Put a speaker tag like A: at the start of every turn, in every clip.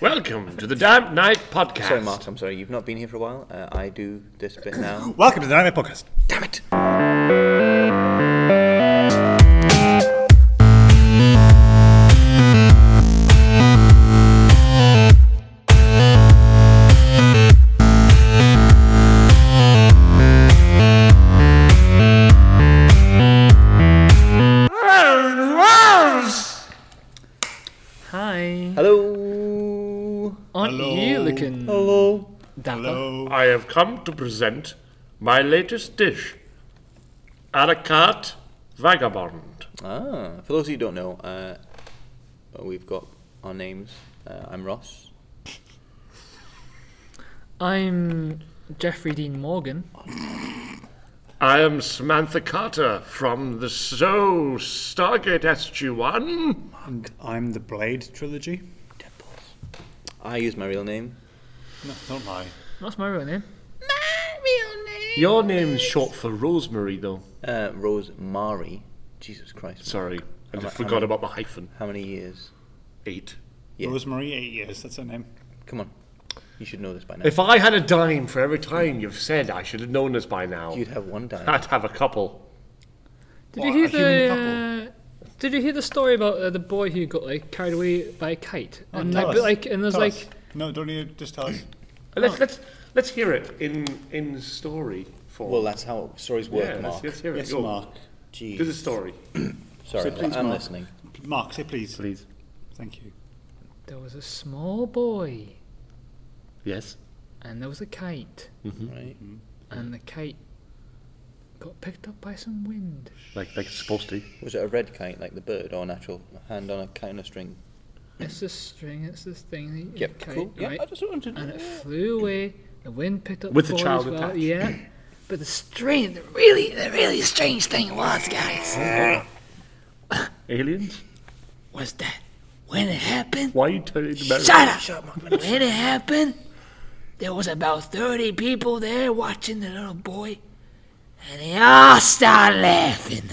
A: Welcome to the Damp Night Podcast.
B: Sorry, Mark, I'm sorry. You've not been here for a while. Uh, I do this bit now.
C: Welcome to the Nightmare Podcast.
B: Damn it!
D: Hi.
B: Hello!
D: Aren't you looking
B: Hello!
D: dapper?
C: Hello.
A: I have come to present my latest dish, a la carte vagabond.
B: Ah, for those of you who don't know, uh, we've got our names. Uh, I'm Ross.
D: I'm Jeffrey Dean Morgan.
A: I am Samantha Carter from the So Stargate SG-1.
C: And I'm the Blade trilogy.
B: I use my real name.
C: No, not mine.
D: That's my real name.
A: Your name's short for Rosemary, though.
B: Uh, Rose Mari. Jesus Christ.
A: Sorry, I
B: Am I-
A: just forgot
B: am I-
A: about the hyphen.
B: How many years?
A: Eight.
B: Yeah.
C: Rosemary, eight years. That's her name.
B: Come on. You should know this by now.
A: If I had a dime for every time you've said, I should have known this by now.
B: You'd have one dime.
A: I'd have a couple.
D: Did
C: What,
D: you
C: a
D: hear
C: human
D: the Did you hear the story about uh, the boy who got like carried away by a kite?
C: Oh,
D: and
C: tell
D: like,
C: us.
D: but, like and there's
C: Tell
D: like
C: us. No, don't you just tell us.
A: Let's let's let's hear it in in story form.
B: Well, that's how stories work,
A: yeah,
B: Mark.
A: let's, let's hear it.
C: yes,
A: Go.
C: Mark.
B: Jeez.
A: Do the story.
B: Sorry,
C: So please,
B: I'm
C: Mark.
B: listening.
C: Mark, say please.
A: Please.
C: Thank you.
D: there was a small boy
A: Yes.
D: and there was a kite
B: Right?
D: and the kite got picked up by some wind.
A: Like like it's supposed to.
B: Was it a red kite, like the bird, or an actual hand on a kind of string?
D: It's this string. It's this thing. that you-
B: Yep,
D: kite,
B: cool. Yeah,
D: right?
B: I just wanted
D: and it flew away. The wind picked up
A: With
D: the
A: the
D: boy
A: child
D: as well.
A: attached.
D: Yeah, but the strange, the really, the really strange thing was, guys,
A: Aliens?
D: was that when it happened,
A: Why are you turning to Mary?
D: shut up. when it happened, there was about thirty people there watching the little boy, and they all started laughing.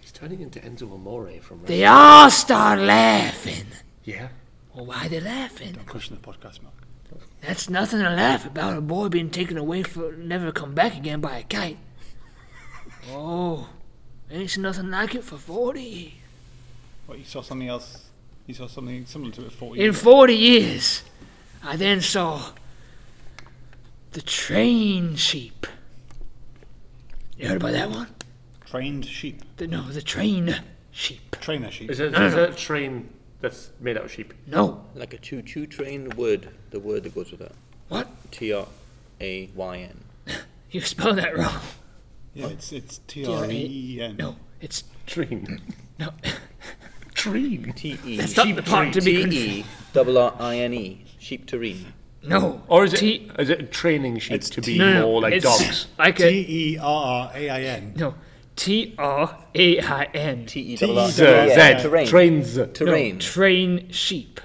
A: He's turning into Enzo Amore from
D: They all started laughing.
A: Yeah.
D: Well, why they laughing?
C: Don't question the podcast, Mark.
D: That's nothing to laugh about a boy being taken away for never come back again by a kite. Oh, ain't seen nothing like it for 40 years.
C: What, you saw something else? You saw something similar to it 40
D: In
C: years
D: 40 years, I then saw the train sheep. You heard about that one?
C: Trained sheep.
D: The, no, the train sheep.
C: Trainer sheep.
A: Is it is it a train that's made out of sheep?
D: No,
B: Like a choo choo train word, the word that goes with that.
D: what?
B: T R A Y N.
D: You spelled that wrong.
C: Yeah, it's, it's E T-R-E-E-N.
D: No, it's.
A: Train.
D: No.
A: Train.
B: T E.
D: That's not the part to be
B: T
D: confused.
B: E. Double R I N E. Sheep terrine.
D: No.
A: Or is it
D: T-
A: is it training sheep
C: It's
A: to
C: T-
A: be
D: no, no,
A: more like
D: it's
A: dogs?
D: Like a,
C: E T-E-R-R-A-I-N.
D: No, T R A I N.
B: T E.
A: Z,
C: Yeah,
A: Z, trains,
B: Terrain.
D: Train sheep.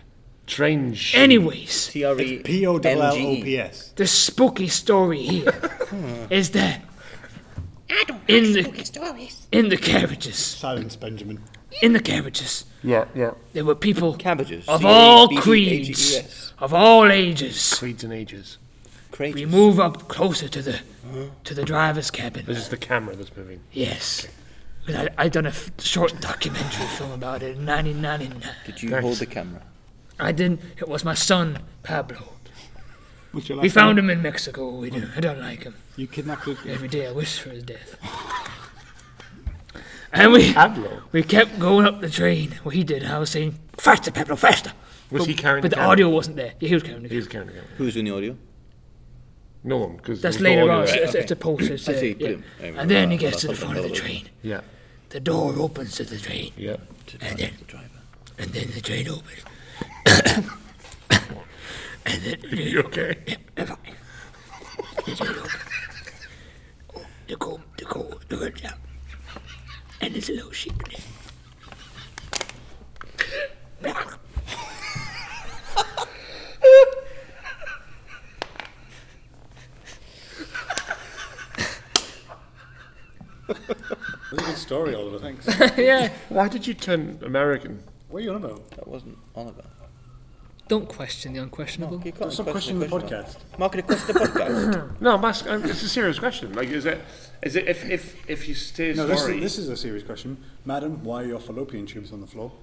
A: train sheep.
D: Anyways,
B: T R E.
C: P-O-L-L-O-P-S.
D: the spooky story here
A: Hmm.
D: is that in the in the carriages,
C: Silence, Benjamin.
D: in the carriages,
A: Yeah, yeah.
D: there were people
B: Cabbages.
D: of all
B: creeds.
D: creeds, of all ages.
A: E Creeds and ages.
D: We
B: Creeds.
D: move up closer to the to the driver's cabin.
A: This is the camera that's moving.
D: Yes. 'Cause I, I done a f- short documentary film about it in 1999.
B: Did you
A: Thanks.
B: hold the camera?
D: I didn't. It was my son Pablo.
C: What's your
D: We
C: last
D: found
C: name?
D: him in Mexico. We do. I don't like him.
C: You kidnapped a...
D: Every day I wish for his death. and we
A: Pablo.
D: we kept going up the train. Well, he did. I was saying, faster, Pablo, faster.
A: Was
D: but,
A: he carrying the
D: But the,
A: camera?
D: audio wasn't there. Yeah, he was carrying the
A: He's
D: camera.
A: carrying the camera.
B: Who's in the audio?
A: No one, because
D: That's later on. It's,
A: Yeah.
D: it's, it's a post. It's,
B: I
D: uh,
B: see,
D: yeah.
B: brilliant. I remember
D: And then he
B: that.
D: gets to the
B: That's
D: front of the
B: something
D: train.
A: yeah,
D: The door opens to the train,
A: yeah.
D: and then
B: The driver.
D: and then the train opens. and then
A: You okay?
D: the train opens. Oh, the cold, the cold, the cold down. And there's a little sheep in there.
C: Good story, Oliver. Thanks.
D: yeah.
A: Why did you turn American?
C: What are you on about?
B: That wasn't Oliver.
D: Don't question the unquestionable.
B: You can't
E: That's a question in the
B: question
E: podcast.
B: it. Mark it a question in the podcast.
A: No, I'm asking, I'm- it's a serious question. Like, is it, is it if, if, if you stay
E: No, this
A: sorry...
E: is, this is a serious question. Madam, why are your fallopian tubes on the floor?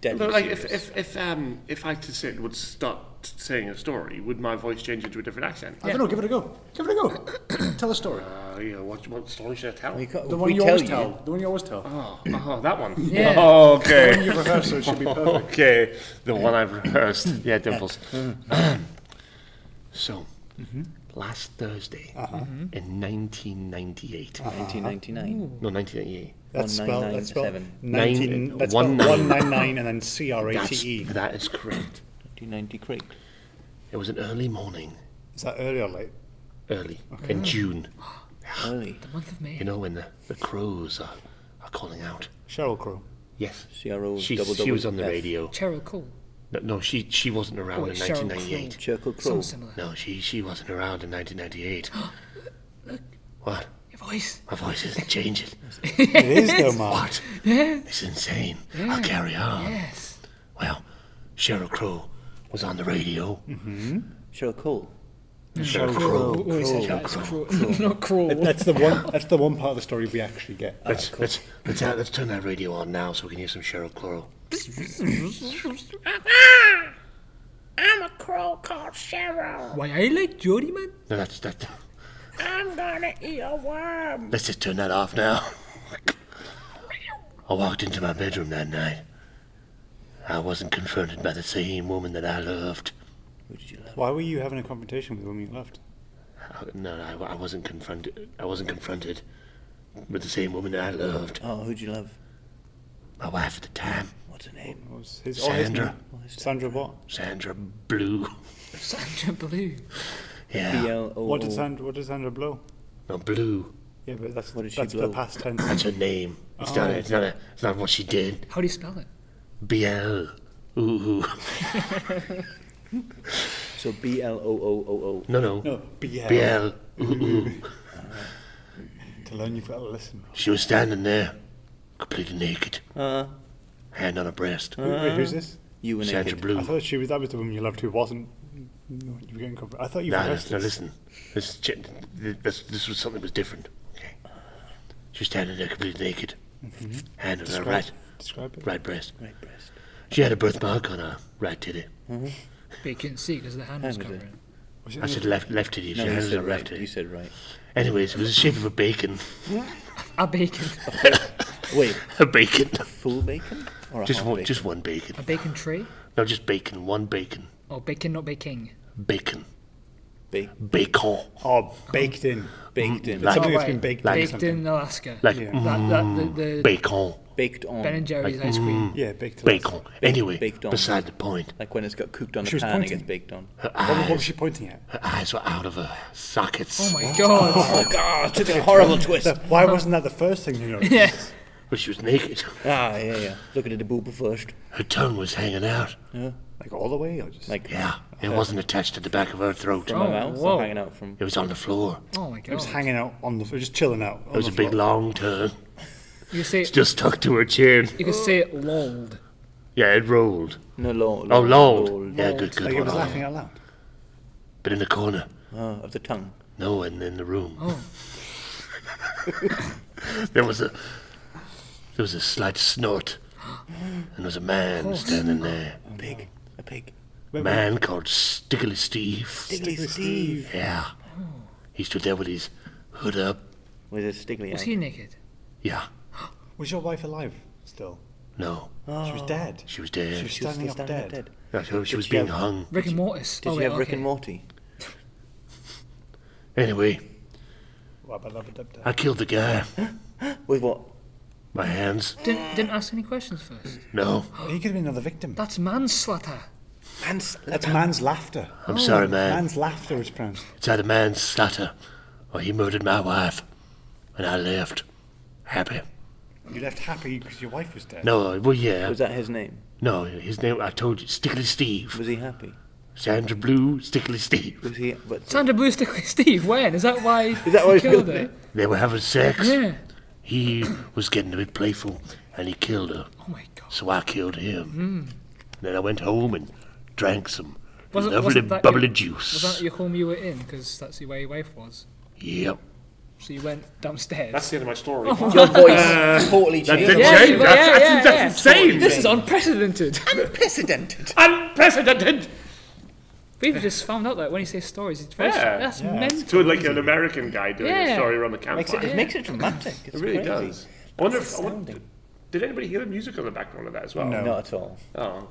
B: Deadly
A: No, like if
B: serious.
A: if if um if I to sit would start t- saying a story, would my voice change into a different accent?
E: I don't know, give it a go. Give it a go. tell a story.
A: Uh, yeah, what what story should I tell?
B: We can't-
E: The
B: if
E: one
B: we
E: you always
B: tell
E: tell. The one you always tell.
A: Oh, oh, that one.
D: Yeah.
A: Oh, okay.
E: You've rehearsed, so it should be perfect.
A: okay, the one I've rehearsed. Yeah, dimples. so, last Thursday
E: Uh-huh. Mm-hmm.
A: in 1998,
B: 1999.
A: no 1988.
C: That's spelled, that's spelled
B: 1997.
C: 19, that's
A: Nine-
C: spelled 199 and then
E: E.
C: C-R-A-T-E.
A: That's, that is correct.
B: 1990 Creek.
A: It was an early morning,
C: Is that early or late?
A: early in June.
B: Early.
D: Month of May.
A: You know when the, the crows are, are calling out.
C: Cheryl Crow.
A: Yes.
B: CRO
A: She,
B: double
A: she
B: double
A: was on the
B: F.
A: radio.
D: Cheryl Cole.
A: No, no, she she wasn't around
D: Oh,
A: in
D: Cheryl
A: 1998.
B: Chirkle Crow.
D: Sounds similar.
A: No, she she wasn't around in 1998. what?
D: Your voice.
A: My voice isn't changing.
C: It is though, Mark.
A: What? It's insane. I'll carry on.
D: Yes.
A: Well, Cheryl Crow was on the radio.
B: Cheryl Cole.
A: Mm-hmm. Cheryl
D: Oh,
A: Crow.
D: oh, it's actually- it's cruel. Not cruel.
C: That's the one. That's the one part of the story we actually get.
A: Let's, let's, let's, uh, let's turn that radio on now so we can hear some Cheryl Crow.
F: I'm a crow called Cheryl.
D: Why I like Jody, man.
A: No, that's that.
F: I'm gonna eat a worm.
A: Let's just turn that off now. I walked into my bedroom that night. I wasn't confronted by the same woman that I loved.
B: Who did you love?
C: Why were you having a confrontation with the woman you left?
A: I- No, I, I wasn't confronted. I wasn't confronted with the same woman that I loved.
B: Oh, who did you love?
A: My wife at the time,
B: What's her name?
C: What was his, or his
A: Sandra.
C: name? Sandra what?
A: Sandra Blue.
D: Sandra Blue.
A: Yeah.
B: B-L-O-O.
C: What did Sandra? What did Sandra blow?
A: No, Blue.
C: Yeah, but that's
B: What did she
C: that's
B: blow?
C: the past tense.
A: That's her name. It's not. It's not. A, it's not what she did.
D: How do you spell it?
A: B L. Ooh.
B: So B-L-O-O-O-O.
A: No, no.
C: No, but yeah.
A: B L. Ooh.
C: To learn, you've got to listen.
A: She was standing there, completely naked,
B: Uh,
A: hand on her breast.
C: Who- Wait, who's this?
B: you were
A: Sandra
B: naked.
A: Blue.
C: I thought she was. That was the woman you loved who wasn't. No, you were getting confront- I thought you
A: No, no,
C: rehearsed
A: no,
C: this.
A: listen. This, ch- this, this was something that was different. Okay. She was standing there completely naked,
B: Mm-hmm.
A: hand on her
C: Describe,
A: right,
C: describe it.
A: right breast.
B: Right breast.
A: She had a birthmark on her right titty.
D: But you couldn't see because the hand was
B: Hand was
D: covering.
C: Was it
A: I
C: in
A: said left, left titty. She
B: Mm. No,
A: had it on
B: you
A: her
B: said
A: left
B: right. You
A: titty.
B: said right.
A: Anyways, it was the shape of a bacon.
D: A bacon.
B: Wait,
A: a bacon.
B: full bacon? Or a
A: Just
B: half
A: one,
B: bacon?
A: just one bacon.
D: A bacon tree.
A: No, just bacon. One bacon.
D: Oh, bacon, not baking.
A: Bacon.
B: Ba-
A: Bacon.
C: the- oh, baked in.
B: baked in.
A: Like-
C: Something that's
D: Right.
C: been baked
A: Like-
C: in.
D: Baked
C: something.
D: in Alaska.
A: Like Mm-hmm.
C: Yeah.
D: that, that, the, the
A: bacon.
B: Baked on.
D: Ben and Jerry's ice
A: mm.
D: cream.
C: Yeah, baked in.
A: Bacon. Anyway,
B: baked on.
A: beside the point,
B: Like when it's got cooked on
C: She
B: a
C: was
B: pan,
C: pointing.
B: it gets baked on.
A: her
C: What, what was
A: eyes,
C: she pointing at?
A: her eyes were out of her sockets.
D: Oh my god.
B: Oh god, took a horrible twist.
C: So why wasn't that the first thing you noticed?
D: Yeah.
A: But she was naked.
B: Ah, yeah, yeah. Looking at the boob first.
A: Her tongue was hanging out.
C: Like all the way, or just
B: Like
A: Yeah, it wasn't attached to the back of her throat.
B: from
D: Oh,
B: my mouth,
D: whoa.
B: or hanging out from.
A: It was on the floor.
D: Oh my
C: it was
D: god.
C: hanging out on the, it was just chilling out.
A: It was a big long tongue.
D: You say
A: Just stuck to her chin.
D: you could say it lolled.
A: Yeah, it rolled.
B: No, lol.
A: Oh, lolled. Yeah, good, good
C: Like it
A: one.
C: was
A: Lord.
C: laughing out loud.
A: But in the corner.
B: Ah, of the tongue.
A: No one in the room.
D: Oh.
A: there was a there was a slight snort, and there was a man standing there.
C: Oh,
B: A pig. A pig.
A: A man called Stickly Steve.
B: Stiggly Steve.
A: Yeah, he stood there with his hood up.
B: With his stiggly
D: Was
B: eye.
D: he naked?
A: Yeah,
C: Was your wife alive still?
A: no,
C: She was dead.
A: she was dead.
C: She was standing up
B: standing up
C: dead.
B: dead.
A: Yeah, she was, she was
B: she
A: being
B: have-
A: hung.
D: Rick and Mortis.
B: Did
D: oh,
B: you
D: wait,
B: have
D: okay.
B: Rick and Morty?
A: Anyway,
C: Wabba-dabba-dub-dub.
A: I killed the guy.
B: With what?
A: My hands.
D: Didn't, didn't ask any questions first.
A: No,
C: He could have been another victim.
D: That's manslaughter.
B: Pants.
C: That's man's laughter.
A: I'm sorry, man.
C: Man's laughter was pronounced.
A: It's either man's slatter, or he murdered my wife, and I left happy.
C: You left happy because your wife was dead.
A: No, well, yeah.
B: Was that his name?
A: No, his name, I told you, Stickly Steve.
B: Was he happy?
A: Sandra Blue, Stickly Steve.
B: Was he? But
D: Sandra Blue stick with Steve. When is that why?
B: Is that why
D: he
B: he
D: killed
B: killed
D: her?
A: They were having sex.
D: Yeah.
A: He was getting a bit playful, and he killed her,
D: Oh my god.
A: so I killed him. Then I went home and
G: drank some
D: Wasn't-
G: lovely
D: wasn't that
G: bubbly
D: your-
G: juice.
D: Was that your home you were in? Because that's where your wife was.
G: Yep.
D: So you went downstairs.
A: That's the end of my story.
D: Oh.
B: Your voice totally
A: that did
B: changed.
D: Yeah,
A: change.
D: yeah,
A: that's,
D: yeah,
A: that's,
D: yeah,
A: that's insane.
D: this is unprecedented.
B: Unprecedented.
A: unprecedented.
D: We've just found out that when he says stories, it's very
A: Yeah.
D: that's
H: Yeah.
D: mental.
A: To like an American guy doing a
D: Yeah.
A: story around the campfire.
B: Makes it, it makes it dramatic. It's
A: It really
B: crazy.
A: does. I wonder if, I wonder-
B: astounding.
A: did anybody hear the music on the background of that as well?
B: Not at all.
A: Oh.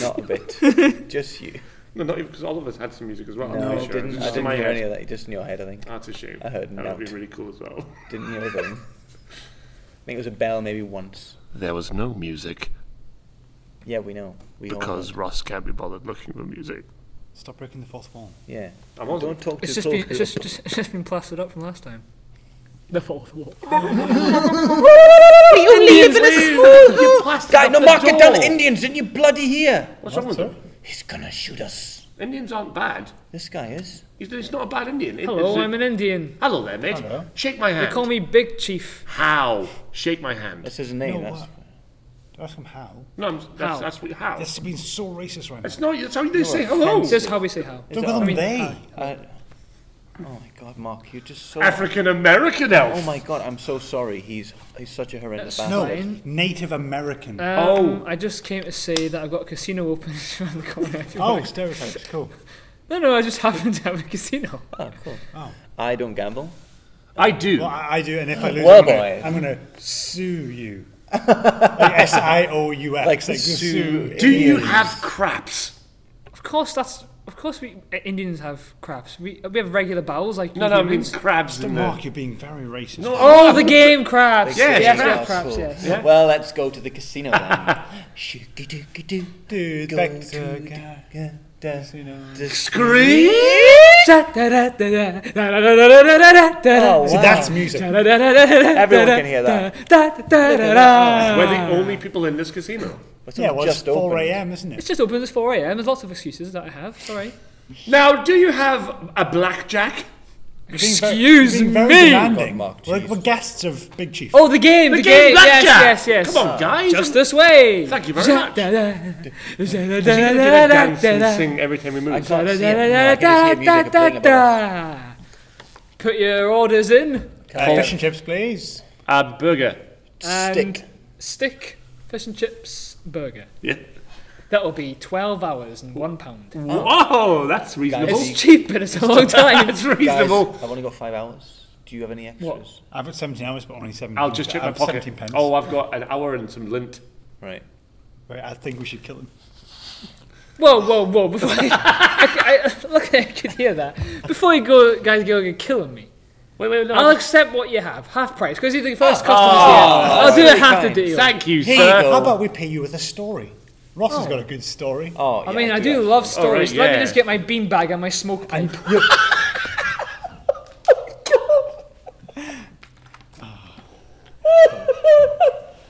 B: Not a bit. just you.
A: No, not even because all of us had some music as well.
B: No,
A: I'm
B: I
A: pretty sure.
B: didn't.
A: It's
B: I
A: just in
B: didn't
A: my
B: hear
A: head.
B: any of that. Just in your head, I think.
A: That's a shame.
B: I heard
A: That would be
B: nout.
A: really cool as well.
B: Didn't hear them. I think it was a bell maybe once.
G: There was no music
B: Yeah, we know. We all
G: because
B: know.
G: Ross can't be bothered looking for music.
H: Stop breaking the fourth wall.
B: yeah.
A: I wasn't.
B: Don't talk
D: It's
B: too
D: just
B: close.
D: been it's just, just it's just been plastered up from last time. The fourth wall.
B: you leaving us?
D: You plastered
B: Guy,
D: up
B: no,
D: the
B: mark it down
D: door.
B: the Indians, didn't you bloody hear?
A: What's wrong with them?
B: He's gonna shoot us.
A: Indians aren't bad.
B: This guy is.
A: He's, he's not a bad Indian. It-
D: Hello,
A: it's a-
D: I'm an Indian.
A: Hello there, mate. Shake my
D: They
A: hand.
D: call me Big Chief.
A: How? Shake my hand.
B: That's his name.
H: No,
B: that's
H: uh, Ask him how.
A: No, I'm, that's,
D: How?
A: that's what, how.
H: This has been so racist right now.
A: That's not. That's how they say hello.
D: This is how we say how.
H: Don't call them
D: mean,
H: they.
B: I, oh my god, Mark, you're just so.
A: African American elf.
B: oh my god, I'm so sorry. He's he's such a horrendous
D: That's
B: bastard.
H: no,
D: fine.
H: Native American.
B: Uh,
D: Um, I just came to say that I've got a casino open around the corner. if you
H: oh,
D: want.
H: stereotypes. Cool.
D: No, no, I just happened to have a casino.
B: Oh, cool.
H: Oh.
B: I don't gamble.
A: I do.
H: Well, I, I do, and if I lose,
B: Well,
H: I'm, gonna,
B: boys.
H: I'm gonna sue you. like S I O U X.
B: Like
H: like
B: sue
H: sue.
A: do you have craps?
D: Of course, that's of course we uh, Indians have crabs. We we have regular bowls like
A: No,
D: you
A: no, I mean
D: humans.
A: crabs.
H: Mr.
A: in
H: Mark, you're being very racist.
A: No,
D: Oh, the game crabs.
A: Yes,
D: yes,
A: crabs.
D: crabs, crabs, yes.
A: Yeah.
B: Well, let's go to the casino then. Shoo-doo-doo-doo.
H: Dude,
B: Go
H: back
B: to
H: to
B: the
H: ga-
B: ga- da- da-
A: Scream!
B: Oh,
D: Oh,
B: wow.
H: See, that's music.
D: Everyone
B: can hear
D: that.
A: We're the only people in this casino.
B: It's
H: Yeah,
B: not
H: well, it's
B: just open.
H: 4 a.m., isn't
D: It's
H: it?
D: just open. It's 4 a.m. There's lots of excuses that I have. Sorry.
A: Now, do you have a blackjack?
D: Excuse
H: being very
D: me.
H: demanding.
B: God, Mark,
H: we're,
B: jeez.
H: we're guests of Big Chief.
D: Oh, the game. The,
A: game,
D: Yes,
A: blackjack.
D: yes, yes.
A: Come on, guys.
D: Just this way.
A: Thank you very much. Is he gonna do that dance and
D: much.
A: sing every time we
B: I
A: move?
B: can't see it. No, I can just hear music playing above.
D: Put your orders in.
H: Uh, fish and chips, please.
A: A burger.
B: Stick.
D: And stick, fish and chips, burger.
A: Yeah.
D: That'll be 12 hours and one pound.
A: Whoa, that's reasonable.
B: Guys,
D: It's cheap, but it's a long time.
A: That's
B: Guys,
A: reasonable.
B: I've only got five hours. Do you have any extras?
H: I've got 17 hours, but only 17.
A: I'll just check my
H: I've 17
A: pocket.
H: pence.
A: Oh, I've got an hour and some lint.
B: Right.
H: Wait, I think we should kill him.
D: Whoa, whoa, whoa! Before you, I, I, look, I could hear that. Before you go, guys, go and killing me.
A: Wait, wait, no. Oh.
D: I'll accept what you have, half price, because you're the first customer. here. I'll do a
B: really
D: half
B: kind.
D: the deal.
A: Thank you,
B: Here
A: sir.
B: you go.
H: How about we pay you with a story? Ross has got a good story.
B: Oh,
D: I
B: yeah,
D: mean, I do love stories.
A: Alright,
D: Let
A: yeah.
D: me just get my beanbag and my smoke pipe.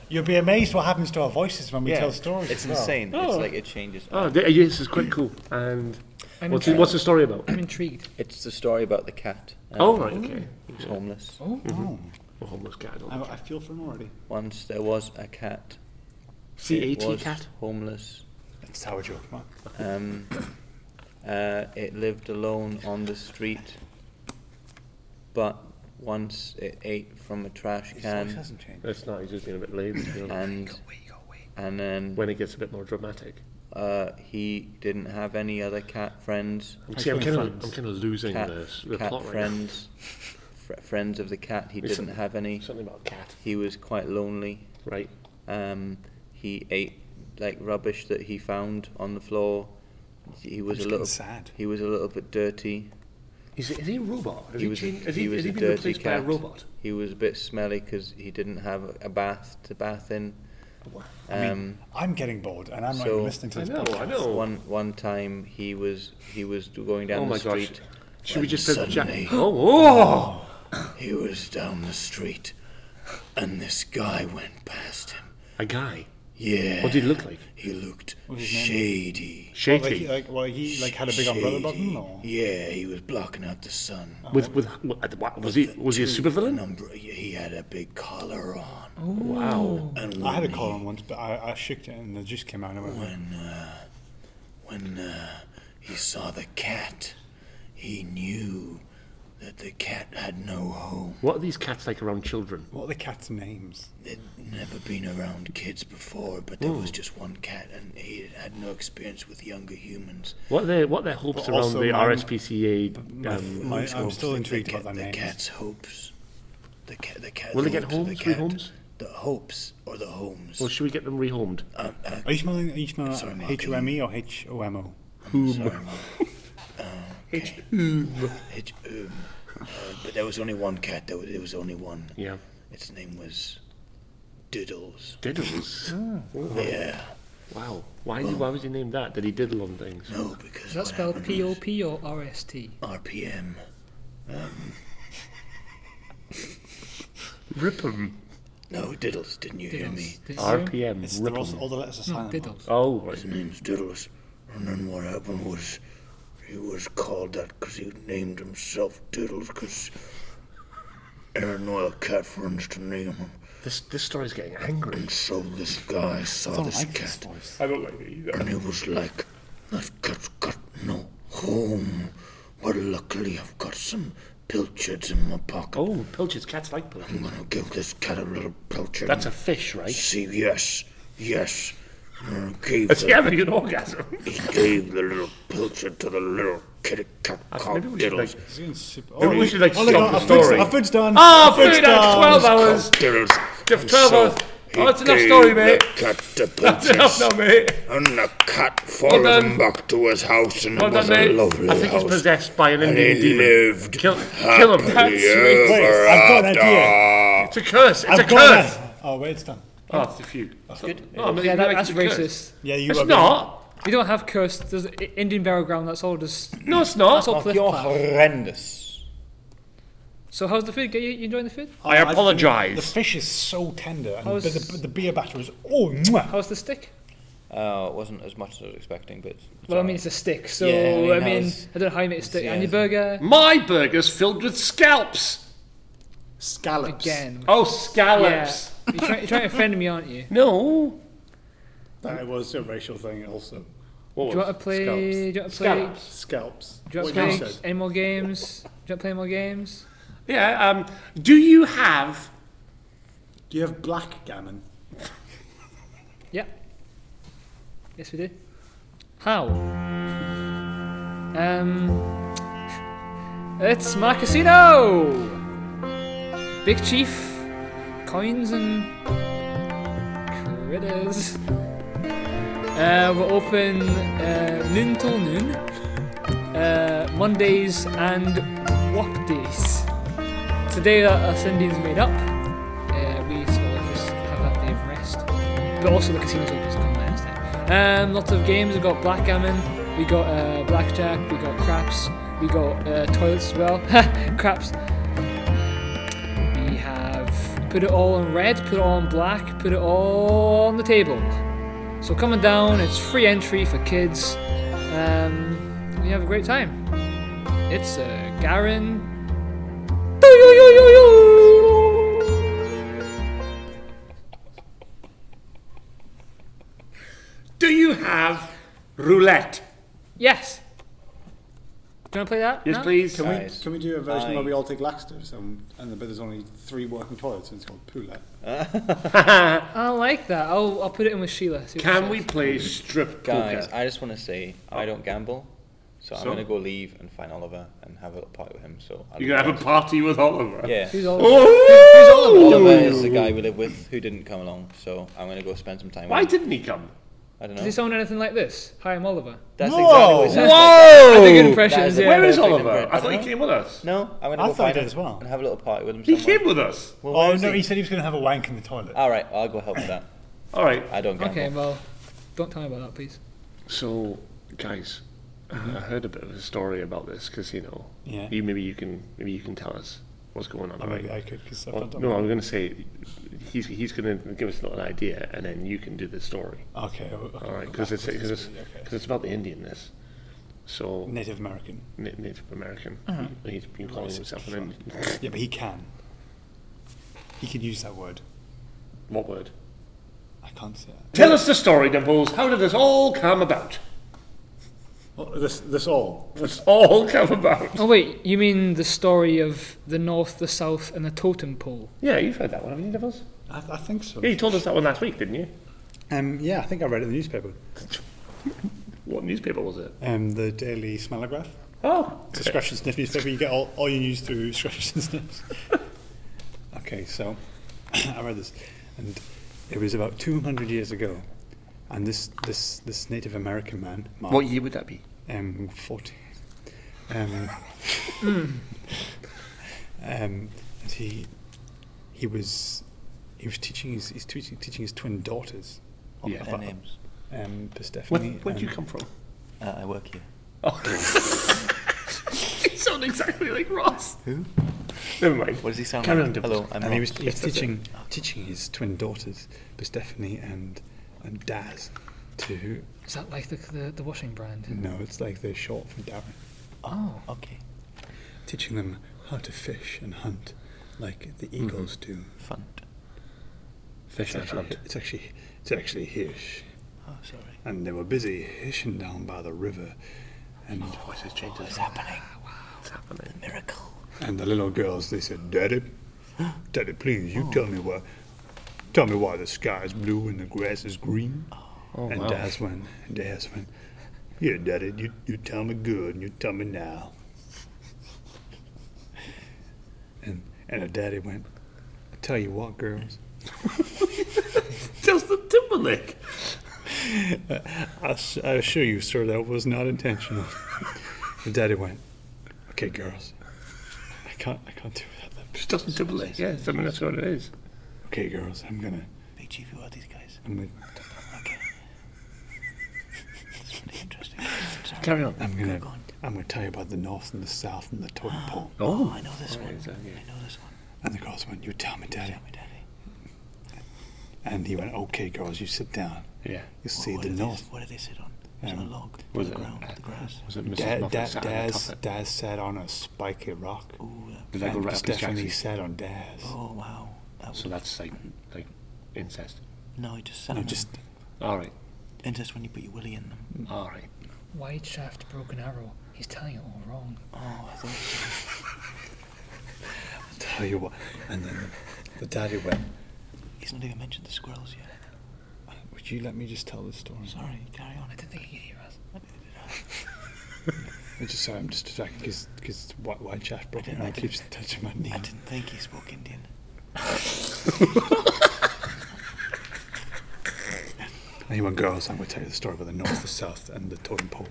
H: You'll be amazed what happens to our voices when we
B: Yeah.
H: tell stories.
B: It's
H: as well.
B: insane. It's like it changes.
A: Oh, th- yeah, this is quite cool. And
D: I'm,
A: what's,
D: intrigued.
A: what's the story about?
D: I'm intrigued.
B: It's the story about the cat. Um,
A: Oh, right, okay.
B: He was homeless.
H: Mm-hmm.
A: A homeless guy. I don't
H: I,
A: know.
H: Oh. I feel for him already.
B: Once there was a cat. It
A: C.A.T.
B: was
A: cat.
B: Homeless.
H: It's a sour joke, man.
B: Um, uh, it lived alone on the street, but once it ate from a trash
A: Um,
B: can,
H: hasn't changed.
A: That's not. He's just being a bit lazy. you know.
B: and and then
A: When it gets a bit more dramatic.
B: uh, he didn't have any other cat friends.
A: See, I'm
H: Excellent
A: kind of,
H: friends.
A: I'm kind of losing
B: Cat,
A: this, the
B: cat
A: plot right now.
B: friends, fr- friends of the cat. He
A: It's
B: didn't
A: a-
B: have any.
A: Something about a cat,
B: He was quite lonely.
A: right?
B: Um, he ate like rubbish that he found on the floor. He was
H: It's
B: a little.
H: getting sad.
B: He was a little bit dirty.
A: Is, it, is he a robot? Has
B: He
A: he,
B: was a-
A: changed, has
B: he
A: he,
B: was
A: has
B: a
A: he been
B: dirty
A: replaced by a
B: cat.
A: robot?
B: He was a bit smelly because he didn't have a- a bath to bath in. Um,
H: I'm getting bored, and I'm not
B: So-
H: even listening to
A: I
H: this
A: know, I
H: podcast.
A: know.
B: one one time he was he was going down
A: oh
B: the
A: my gosh.
B: street.
A: Should we
B: when
A: just say the Jack?
B: suddenly-
A: Oh, oh!
B: He was down the street, and this guy went past him.
A: A guy.
B: Yeah,
A: What did he look Oh, like? uh,
B: he looked shady.
H: Like,
A: Shaky.
H: he- like, well, he like had a big umbrella button, or
B: Yeah, he was blocking out the sun.
A: with with what- at the- what- was he was he a
B: An
A: supervillain?
B: umbre- he had a big collar on.
A: Wow.
B: And
H: I had a
B: when
H: collar on once, but I, I shook it and it just came out. And I went,
B: when uh, When uh, he saw the cat, he knew that the cat had no home.
A: What are these cats like around children?
C: What are the cat's names?
B: They'd never been around kids before, but there was just one cat, and he had no experience with younger humans.
A: What are their, what are their hopes
C: Well,
A: around
C: also
A: the
C: mine-
A: RSPCA? Um,
C: I,
B: His
C: I'm
B: hopes
C: still
B: that
C: intrigued
B: the,
C: about
B: cat-
C: their
B: The
C: names.
B: cat's hopes. The cat. The cat's
A: Will they get
B: hopes,
A: homes,
B: The,
A: sweet
B: cat,
A: homes?
B: the hopes or the homes.
A: well, should we get them rehomed?
B: Uh, uh,
C: Are you smelling, are you smelling
B: Sorry, Mark,
C: H O M E or H O M O?
B: sorry, Mark. Okay. H- um, uh, but there was only one cat. There was, there was only one.
A: Yeah.
B: Its name was Diddles.
A: Diddles. Oh.
B: Yeah.
A: Wow. Why, is he, why was he named that? Did he diddle on things?
B: No, because
D: Is that
B: what
D: spelled
B: happened
D: P O
B: was
D: P or R S T?
B: RPM.
A: Rip him.
B: No, Diddles. Didn't you hear me?
A: RPM.
C: It's
A: Rip
C: they're also,
A: 'em.
C: all the letters are
D: No,
C: silent.
D: diddles.
A: Oh, right.
B: His name's Diddles. And then what happened was he was called that because he named himself Diddles because there was no other cat friends to name him.
A: This, this story's getting angry.
B: And so this guy
C: Oh,
B: saw this cat
A: I don't like it either.
B: and he was like, that cat's got no home. But luckily I've got some pilchards in my pocket.
A: Oh, pilchards. Cats like pilchards.
B: I'm going to give this cat a little pilchard.
A: That's a fish, right?
B: See, yes, yes. And I gave
A: Is
B: the-
A: he having an orgasm?
B: He gave the little pilcher to the little kitty cat called
A: Maybe we should,
B: Oh, Diddles.
A: like,
C: It's getting super-
A: maybe
C: Oh,
A: we should, like,
C: oh, look,
A: stop
C: our
A: the
C: food's-
A: story.
C: Our food's done.
A: Oh,
C: Our Ah, food's
A: food out
C: done.
A: 12
B: Called
A: hours.
B: Diddles.
A: Give
B: And
A: 12 hours.
B: he
A: Oh, it's enough
B: gave
A: story, mate.
B: The cat to
A: Enough
B: pilchards,
A: now, mate.
B: and the cat followed
A: done.
B: him back to his house, and
A: Well
B: it was
A: done, mate.
B: a lovely
A: I think
B: house.
A: he's possessed by an
B: and he
A: Indian demon.
B: lived
A: Kill, kill him.
B: happily
C: me. Wait,
B: ever
C: I've got an
B: after.
C: idea.
A: It's a curse. It's
C: I've
A: a
C: got
A: curse.
C: that. Oh, wait, it's done.
A: Oh, it's a few. That's
B: good.
A: Oh,
D: Yeah, that, that's racist.
C: Yeah, you
A: It's
C: are-
A: not.
D: We don't have cursed. There's I- Indian burial ground. That's all. Just
A: No, it's not.
D: that's all. Cliff
B: You're
D: path.
B: horrendous.
D: So how's the food? You, you enjoying the food?
A: I
C: I've- The
A: apologise.
C: fish is so tender, and
D: was-
C: but the, the beer batter is oh. Mwah.
D: How's the stick?
B: Oh, it wasn't as much as I was expecting, but
D: Well, I mean, it's a stick. So
B: Yeah, I mean,
D: I
B: that
D: mean,
B: was-
D: I don't know how you make a stick.
B: yeah,
D: And your
B: it's-
D: burger
A: My burger's filled with scalps.
C: Scallops.
D: again.
A: Oh,
D: Yeah.
A: scallops.
D: You're trying, you're trying to offend me, aren't you?
A: No.
C: That was a racial thing, also.
A: What
D: Do you want to
A: was
D: play? Do you want to play?
A: Scallops.
C: Scalps.
D: Do you want
C: What
D: to play
C: you said.
D: any more games? Do you want to play any more games?
A: Yeah. Um. Do you have?
E: Do you have black gammon?
D: Yeah. Yes, we do. How? Um, it's my casino. Big Chief, coins and critters. Uh, we're open uh, noon till noon, uh, Mondays and Wop days. Today that us Indians made up. Uh, we sort of just have that day of rest but also the casino's open on Wednesday. Um, lots of games. We've got backgammon, we got uh, blackjack, we got craps, we got uh, toilets as well. craps. We have put it all on red, put it all on black, put it all on the table. So coming down, it's free entry for kids. Um, you have a great time. It's uh, Garen.
A: Do you have roulette?
D: Yes. Do you want to play that?
A: Yes,
D: now?
A: please.
E: Can we
B: Guys,
E: can we do a version
B: I-
E: where we all take laxatives and, and but there's only three working toilets and it's called poulet?
D: I like that. I'll, I'll put it in with Sheila. see what she
A: Can
D: says.
A: we play strip
B: Guys,
A: poker?
B: I just want to say I don't gamble, so, I'm
A: So?
B: gonna go leave and find Oliver and have a little party with him. So I
A: You're gonna have a party with Oliver.
B: yeah.
D: Who's all-
B: Oliver
A: Oh!
B: is the guy we live with who didn't come along, so I'm gonna go spend some time.
A: Why
B: with him.
A: didn't he come?
B: I don't
D: Does he
B: know.
D: sound anything like this? Hi, I'm Oliver.
B: That's exactly what it sounds
A: Whoa!
D: That's a good
B: That
D: impression.
B: is a
D: Yeah.
A: Where is
B: Perfect
A: Oliver?
B: impression.
A: I thought he
B: I don't
A: came with us.
B: No, I'm gonna
C: I
B: go
C: thought he
B: find
C: did
B: him
C: as well.
B: and have a little party with him.
A: He
B: somewhere.
A: came with us.
B: Well, where
C: Oh
B: is
C: no,
B: he?
C: he said he was going to have a wank in the toilet.
A: Ah,
B: All right, I'll go help with that.
A: All right.
B: I don't gamble.
D: Okay, well, don't tell me about that, please.
A: So, guys, I heard a bit of a story about this casino.
C: Yeah.
A: You, maybe you can maybe you can tell us what's going on.
C: Or
A: right?
C: maybe I could because
A: Well,
C: I've done
A: Oh, no, I'm going to say he's he's going to give us an idea, and then you can do the story.
C: Okay, o- okay.
A: All right, because it's because it's,
C: okay.
A: 'cause it's about the Indianness. So
C: Native American.
A: Na- Native American.
C: Uh-huh.
A: He, has been calling himself an Indian.
C: Yeah, but he can. He can use that word.
A: What word?
C: I can't say it.
A: Tell us the story, Dimples. How did this all come about?
E: Oh, this, this all. This-
A: All come about.
D: Oh wait, you mean the story of the north, the south, and the totem pole?
A: Yeah, you've heard that one, haven't you, Devils?
E: I, I think so.
A: Yeah, you told us that one last week, didn't you?
C: Um, yeah, I think I read it in the newspaper.
A: What newspaper was it?
C: Um, the Daily Smellograph.
A: Oh,
C: It's a scratch and sniff newspaper. You get all, all your news through scratches and sniffs. okay, so I read this, and it was about 200 years ago, and this this this Native American man, Mark,
A: year would that be?
C: um, 40, um, um, and he he was he was teaching his he's teaching, teaching his twin daughters.
A: Yeah.
I: Their names.
C: Um, Persephone.
A: Where, where'd you
C: and-
A: come from?
I: Uh, I work here.
A: Oh. You sound exactly like Ross. Who? Never mind.
I: What does he sound
A: Carry on,
I: like?
A: Dibbles.
I: Hello, I'm
C: and he was,
I: Ross.
C: he was
A: that's it.
C: teaching teaching his twin daughters, Persephone and and Daz, to
D: Is that like the the, the washing
A: Mm.
D: brand?
C: no, it's like they're short for Darren,
D: Oh,
I: Okay,
C: teaching them how to fish and hunt, like the eagles do.
I: fun.
A: Fish
C: It's actually, it's actually it's actually hirsch,
I: Oh, sorry.
C: and they were busy hishing down by the river, and
I: What's Oh, happening? The miracle.
C: and the little girls they said, Daddy, Daddy, please,
I: Oh.
C: you tell me why, tell me why the sky is blue and the grass is green.
I: Oh.
C: and Daz went, and Daz went, yeah, Daddy, you, you tell me good, and you tell me now. And and her daddy went, I tell you what, girls,
A: Justin Timberlake.
C: I, s- I assure you, sir, that was not intentional. and daddy went, okay, girls, I can't I can't do that.
A: It's Justin Timberlake. Yeah, I mean that's what it is.
C: Okay, girls, I'm gonna
I: Big Chief, who are these guys?
C: I'm gonna
I: Okay. It's pretty interesting. I'm sorry.
A: Carry on.
C: I'm gonna,
I: go on.
C: I'm gonna tell you about the north and the south and the totem pole.
I: Oh, I know this one.
A: exactly.
I: I know this one.
C: And the girls went, "You tell me, daddy."
I: Tell me, Daddy.
C: And he went, "Okay, girls, you sit down.
A: Yeah.
C: You see
I: what
C: the
I: do they-
C: north."
I: What do they sit on? Is it a
C: Um,
I: log?
A: was
I: the
A: it-
I: ground? the grass?
A: Was it Mrs.
C: Dad,
A: Moffat
C: Dad,
A: sat on the
C: Daz,
A: tuffet?
C: Daz sat on a spiky rock.
I: Ooh, that-
A: Did I go
C: and
A: right up his
C: Stephanie
A: jacksie?
C: sat on Daz.
I: oh, wow. That was,
A: So that's like like incest.
I: no, it just sat
C: No,
I: on
C: just
A: All right.
I: them. And just when you put your willy in them.
A: All right.
D: wide shaft, broken arrow. He's telling it all wrong.
I: Oh, I thought so.
C: tell you what. And then the daddy went,
I: He's not even mentioned the squirrels yet.
C: "Would you let me just tell the story?"
I: Sorry, carry on.
D: I didn't think he could hear us.
C: I'm just sorry, I'm just distracted because because white white shaft broken
I: didn't-
C: and
I: I
C: I keeps touching my knee.
I: I didn't think he spoke Indian.
C: Anyone girls, I'm going to tell you the story about the north, the south, and the totem pole.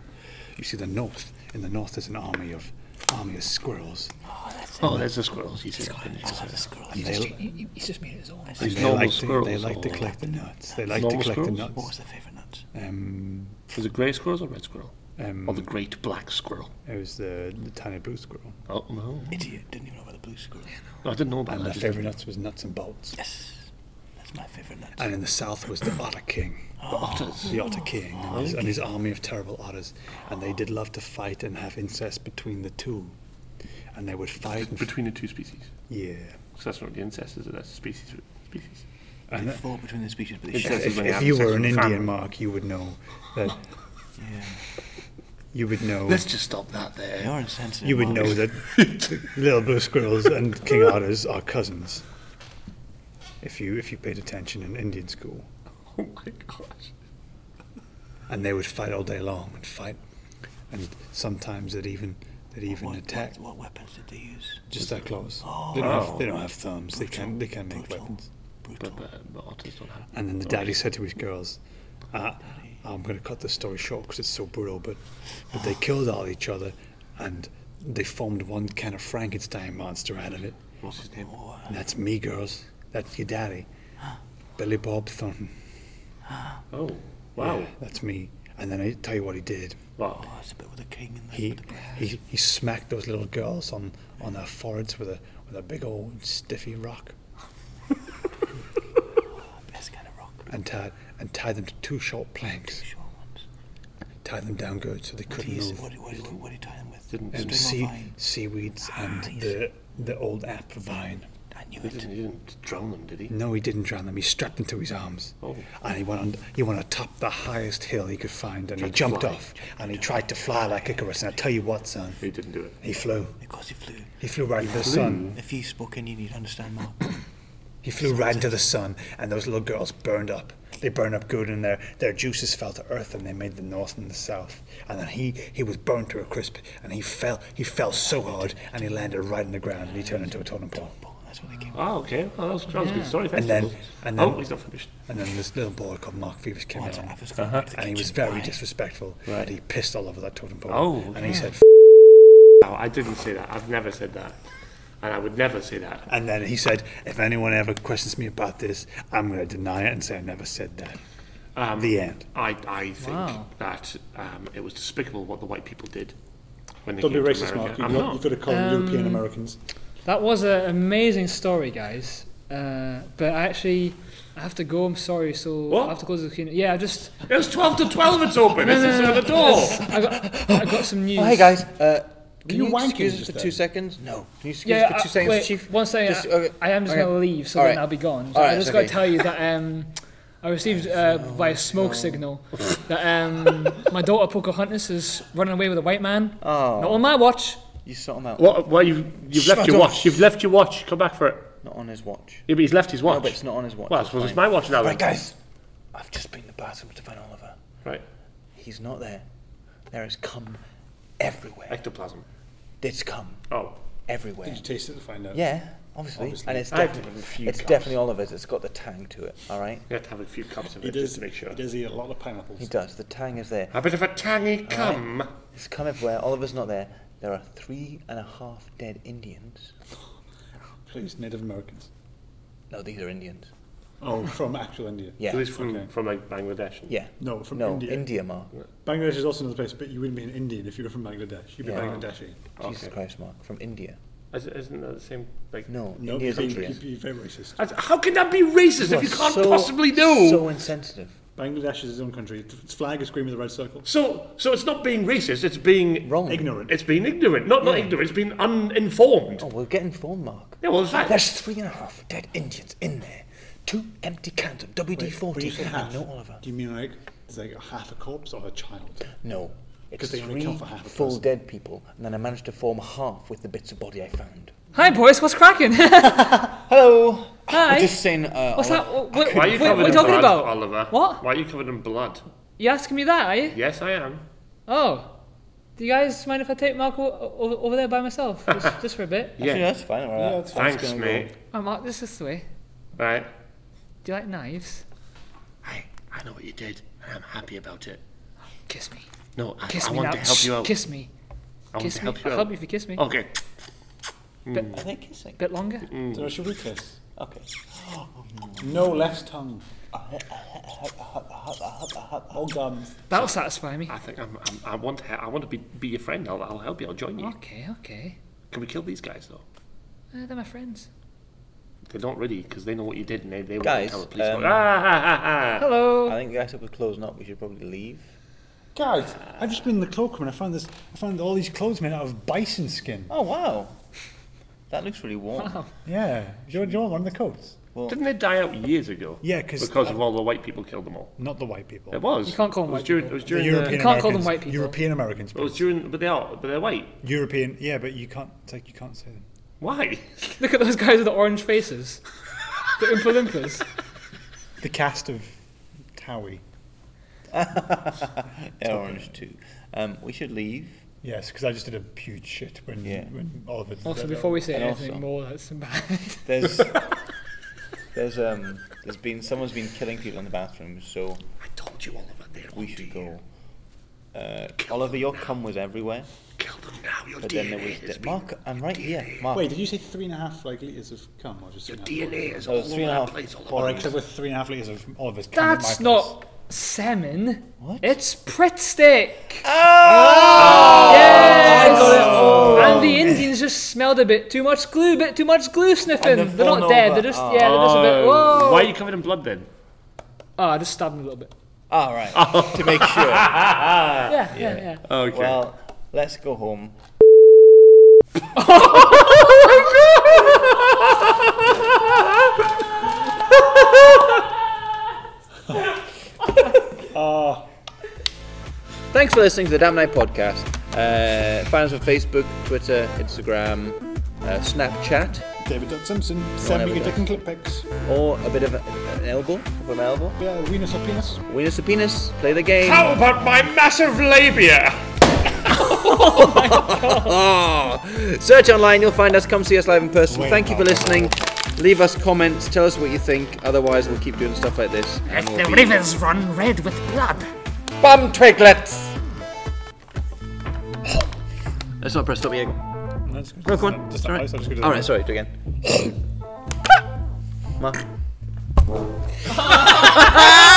C: You see, the north. In the north, there's an army of army of squirrels.
I: Oh, that's
A: Oh, there's the squirrels. You see.
I: Oh, the squirrels.
C: And they,
D: He's, he- he- he's just made it his own.
C: and they
A: normal
C: like to, they
A: squirrels
C: like to
A: or-
C: collect the nuts. They like
A: Normal
C: to collect
A: squirrels?
C: the
I: What was
C: nuts.
I: their favourite nuts?
C: Um,
A: Was it grey squirrels or red squirrel?
C: um,
A: Or the great black squirrel?
C: it was the, the tiny blue squirrel.
A: Oh no.
I: Idiot, didn't even know about the blue squirrel.
A: I didn't know about
C: And
A: that.
C: their
A: Just-
C: favourite nuts was nuts and bolts.
I: Yes, that's my favourite nut.
C: And in the south was the otter king.
A: Oh. otters.
C: The otter king and his, and his army of terrible otters. And they did love to fight and have incest between the two. And they would fight. And
A: Between the two species.
C: yeah.
A: So that's not the incest, is it? That's species. Species.
C: And that-
I: Four between the species, but they
A: It's
I: share.
A: just-
C: if,
A: when they
C: if
A: have
C: you
A: sex
C: were
A: with
C: an
A: the
C: Indian,
A: family.
C: Mark, you would know that
I: Yeah.
C: you would know
A: Let's just stop that there.
I: You're insensitive.
C: you would
I: Mark.
C: know that little blue squirrels and king otters are cousins. If you if you paid attention in Indian school,
A: Oh my gosh.
C: and they would fight all day long and fight, and sometimes they'd even they'd even
I: What,
C: attack
I: what, what weapons did they use?
C: just their claws. They don't have, they don't have thumbs. They can they can make
I: Brutal.
C: weapons.
I: Brutal.
A: But, but, but otters don't have.
C: And then the daddy said to his girls, uh, I'm going to cut this story short because it's so brutal, but, but they killed all each other and they formed one kind of Frankenstein monster out of it.
A: What's his name?
I: Oh,
C: And that's me, girls. That's your daddy. Billy Bob Thornton.
A: Oh, wow.
C: Yeah, that's me. And then I tell you what he did.
A: Wow.
I: oh, it's a bit with the king and the,
C: He,
I: with the brass.
C: he, he smacked those little girls on, on their foreheads with a, with a big old stiffy rock
I: Best kind of rock.
C: and tied, and tied them to two short planks,
I: Short ones.
C: tied them down good so they
I: What do
C: couldn't
I: you,
C: move.
I: what, do- what, do- what, do you tie them with?
A: Didn't-
I: String
C: and
I: or
A: Ah,
C: sea,
I: vine?
C: seaweeds and the the old apple vine.
I: I knew
A: He
I: it.
A: didn't, he didn't drown them, did he?
C: No, he didn't drown them. He strapped them to his arms.
A: Oh.
C: And he went on, he went atop the highest hill he could find, and he
A: Tried to
C: jumped
A: fly.
C: off, and he tried to fly like Icarus. And I tell you what, son,
A: He didn't do it.
C: he flew.
I: Of course he flew.
C: He flew right into the
A: flew?
C: sun.
I: If he spoke Indian, he'd understand more.
C: He flew right into the sun, and those little girls burned up. They burned up good, and their, their juices fell to earth, and they made the north and the south. And then he, he was burned to a crisp, and he fell he fell so hard, and he landed right in the ground, and he turned into a totem pole.
I: Well, that's what they came.
A: Ah, okay. Well, that was, that was a good story. Thanks.
C: And then,
A: Nicholas.
C: and
A: oh,
C: then,
A: he's not finished.
C: and then this little boy called Mark Fevers came
I: Well,
C: along.
I: Oh, I was going back to the
C: and he was
I: kitchen.
C: very
I: Why?
C: disrespectful.
A: Uh-huh. Right.
C: And he pissed all over that totem pole.
A: Oh,
C: and he said, F-.
A: Oh, I didn't say that. I've never said that. And I would never say that.
C: and then he said, if anyone ever questions me about this, I'm going to deny it and say I never said that.
A: Um,
C: the end.
A: I, I think
D: Wow.
A: that um, it was despicable what the white people did when they
J: Don't be
A: came to
J: racist, Mark.
A: America.
J: You've
A: I'm
J: got,
A: not.
J: you've got to call them
I: Um,
J: European Americans.
D: That was an amazing story, guys. Uh, but I actually, I have to go. I'm sorry. So
A: What?
D: I have to close the casino. Yeah, I just.
A: It's 12 to 12, it's open. It's the other door.
D: I got, I got some news.
I: Oh, hey guys. Uh, can
J: you
I: you,
J: wanking
I: excuse us
J: just
I: for
J: then?
I: two seconds? No. Can you excuse
D: Yeah,
I: us for two
D: I-
I: seconds,
D: wait,
I: Chief?
D: One second.
I: Just-
D: I-
I: okay,
D: I am just
I: okay.
D: gonna leave, so
I: All
D: then
I: right.
D: I'll be gone. So
I: All right,
D: I just
I: it's
D: gotta
I: okay.
D: tell you that um, I received uh, by a smoke signal that um, my daughter Pocahontas is running away with a white man.
I: Oh.
D: Not on my watch.
I: You sort him out.
A: What, well, you've, you've left
I: Shut
A: your
I: up.
A: watch. You've left your watch. Come back for it.
I: Not on his watch.
A: Yeah, but he's left his watch.
I: No, but it's not on his watch.
A: Well, I
I: it's
A: suppose it's
I: fine.
A: my watch now.
I: Right,
A: then.
I: guys. I've just been to the bathroom to find Oliver.
A: Right.
I: He's not there. There has come everywhere.
A: Ectoplasm.
I: It's come
A: Oh.
I: everywhere.
J: Did you taste it to find out?
I: Yeah, obviously.
J: Obviously.
I: And it's,
A: I've
I: defi-
A: had a few
I: it's
A: cups.
I: definitely Oliver's. It's got the tang to it, all right?
A: You have to have a few cups of
J: He
A: it
J: does,
A: just to make sure.
J: he does eat a lot of pineapples.
I: He does. The tang is there.
A: A bit of a tangy
I: Uh,
A: cum.
I: It's come everywhere. Oliver's not there. There are three and a half dead Indians.
J: Please, Native Americans.
I: No, these are Indians.
J: Oh, from actual India.
I: Yeah.
A: At least from,
J: Okay.
A: from like Bangladesh. and-
I: Yeah.
J: No, from
I: no,
J: India.
I: India, Mark.
J: Bangladesh is also another place, but you wouldn't be an Indian if you were from Bangladesh. You'd be
I: Yeah.
J: Bangladeshi.
I: Jesus Christ, Mark. From India.
A: Is- Isn't that the same? Like,
I: No,
J: No,
I: India's
J: you'd be,
I: India.
J: you'd be very racist.
A: That's- How can that be racist
I: You
A: if you
I: are
A: can't
I: so-
A: possibly know?
I: So insensitive.
J: Bangladesh is its own country. Its flag is green with a red circle.
A: So, so it's not being racist. It's being
I: Wrong.
J: Ignorant.
A: It's being ignorant. Not not ignorant. It's being uninformed.
I: Oh, we'll get informed, Mark.
A: Yeah, well, in fact,
I: There's three and a half dead Indians in there. Two empty cans of
J: When you
I: WD-40
J: say half,
I: and no Oliver.
J: Do you mean like it's like a half a corpse or a child?
A: Uh,
I: No. It's
J: 'Cause they only
I: three
J: count for half a
I: full
J: person.
I: dead people, and then I managed to form half with the bits of body I found.
D: Hi, boys. What's cracking?
I: Hello.
D: Hi.
I: I'm just saying. Uh,
D: What's that? What, what,
A: why are you
D: what- what
A: covered
D: are you
A: in
D: talking
A: blood,
D: about?
A: Oliver?
D: What?
A: Why are you covered in blood?
D: You asking me that? Are you?
A: Yes, I am.
D: Oh. Do you guys mind if I take Mark o- o- over there by myself, just, just for a bit?
I: Yeah.
A: Yeah.
I: that's fine. All right.
A: Thanks, mate.
D: Oh, Mark, this is the way.
A: Right.
D: Do you like knives?
A: Hey, I know what you did, and I'm happy about it.
D: Kiss me.
A: No, I,
D: Kiss
A: I
D: me
A: want
D: now.
A: to help you out.
D: Kiss me.
A: I want
D: Kiss
A: to
D: me.
A: help you
D: I'll
A: out. Oh.
D: help you if you kiss me.
A: Okay.
I: Are they kissing?
D: Bit longer.
A: Mm.
J: So should we kiss?
I: Okay.
J: No less tongue.
I: Oh guns.
D: That'll satisfy me.
A: I think I'm, I'm, I want to. he- I want to be, be your friend. I'll, I'll help you. I'll join you.
D: Okay, okay.
A: Can we kill these guys though?
D: Uh, they're my friends.
A: They don't really, because they know what you did, and they they won't
I: Guys,
A: tell the police.
I: um,
A: ah, ha, ha, ha.
D: Hello.
I: I think the guys up with closing up. We should probably leave.
J: Guys, I've just been in the cloakroom and I found this. I found all these clothes made out of bison skin.
I: Oh wow. That looks really warm.
D: Wow.
J: Yeah. Do you, do you want one of the coats?
A: Didn't they die out years ago?
C: Yeah, 'cause
A: because
C: I-
A: of all the white people killed them all.
C: Not the white people.
A: It was.
D: uh, You can't call
A: it
D: them
A: was
D: white
A: during,
D: people.
A: It was
C: The
A: during
C: European
D: You can't call them
C: Americans-
D: white people.
C: European Americans.
A: It was during, but they are, but they're white.
C: European, yeah, but you can't take, you can't say them.
A: Why?
D: Look at those guys with the orange faces. the Oompa Loompas.
C: The cast of Towie.
I: Yeah, orange too. Um, we should leave.
C: Yes, because I just did a huge shit when
I: Yeah.
C: when Oliver. did
D: Also,
C: that.
D: before we say
I: And
D: anything
I: also-
D: more, that's bad.
I: There's. There's um. There's been someone's been killing people in the bathroom, so
A: I told you, Oliver. They're
I: we should go. Uh, Oliver, your cum was everywhere,
A: Kill them now. Your
I: but then there
A: DNA
I: was
A: is
I: de- Mark. I'm right here. Mark,
J: Wait, did you say three and a half like litres of cum or just?
A: Your
J: three and a half?
A: DNA is
I: Oh,
A: all
I: three
A: over
I: and a
A: that
I: half.
A: place. Oliver.
J: All right, because with three and a half litres of Oliver's cum. at my
D: That's
J: place.
D: not salmon.
I: What?
D: It's pretstick. Oh! Yes! And the Indians just smelled a bit too much glue, bit too much glue sniffing.
I: they've
D: They're not
I: fallen
D: dead.
I: over.
D: They're just yeah. They're just a
A: Oh.
D: bit. Whoa!
A: Why are you covered in blood then?
D: Oh, I just stabbed him a little bit.
I: All right. to make sure.
D: Yeah, yeah, yeah.
A: Okay.
I: Well, let's go home.
B: Thanks for listening to the Damn Night Podcast. Uh, find us on Facebook, Twitter, Instagram, uh, Snapchat,
C: David.Simpson,
B: one
C: send me
B: ever
C: your dick
B: does.
C: and clit pics.
B: or a bit of a, an elbow, up an elbow.
C: Yeah, Venus or penis.
B: Weenus the penis, play the game.
A: How about my massive labia?
B: Search online, you'll find us. Come see us live in person.
C: Wait,
B: Thank you for
C: no.
B: listening. Leave us comments, tell us what you think. Otherwise, we'll keep doing stuff like this. and
I: Let
B: we'll
I: the
B: be-
I: rivers run red with blood.
B: Bum twiglets! Let's not press stop yet.
C: That's good.
B: No, come on.
C: Just not
B: Alright.
C: nice, I'm just gonna do
B: Alright, sorry, do it again. Ma.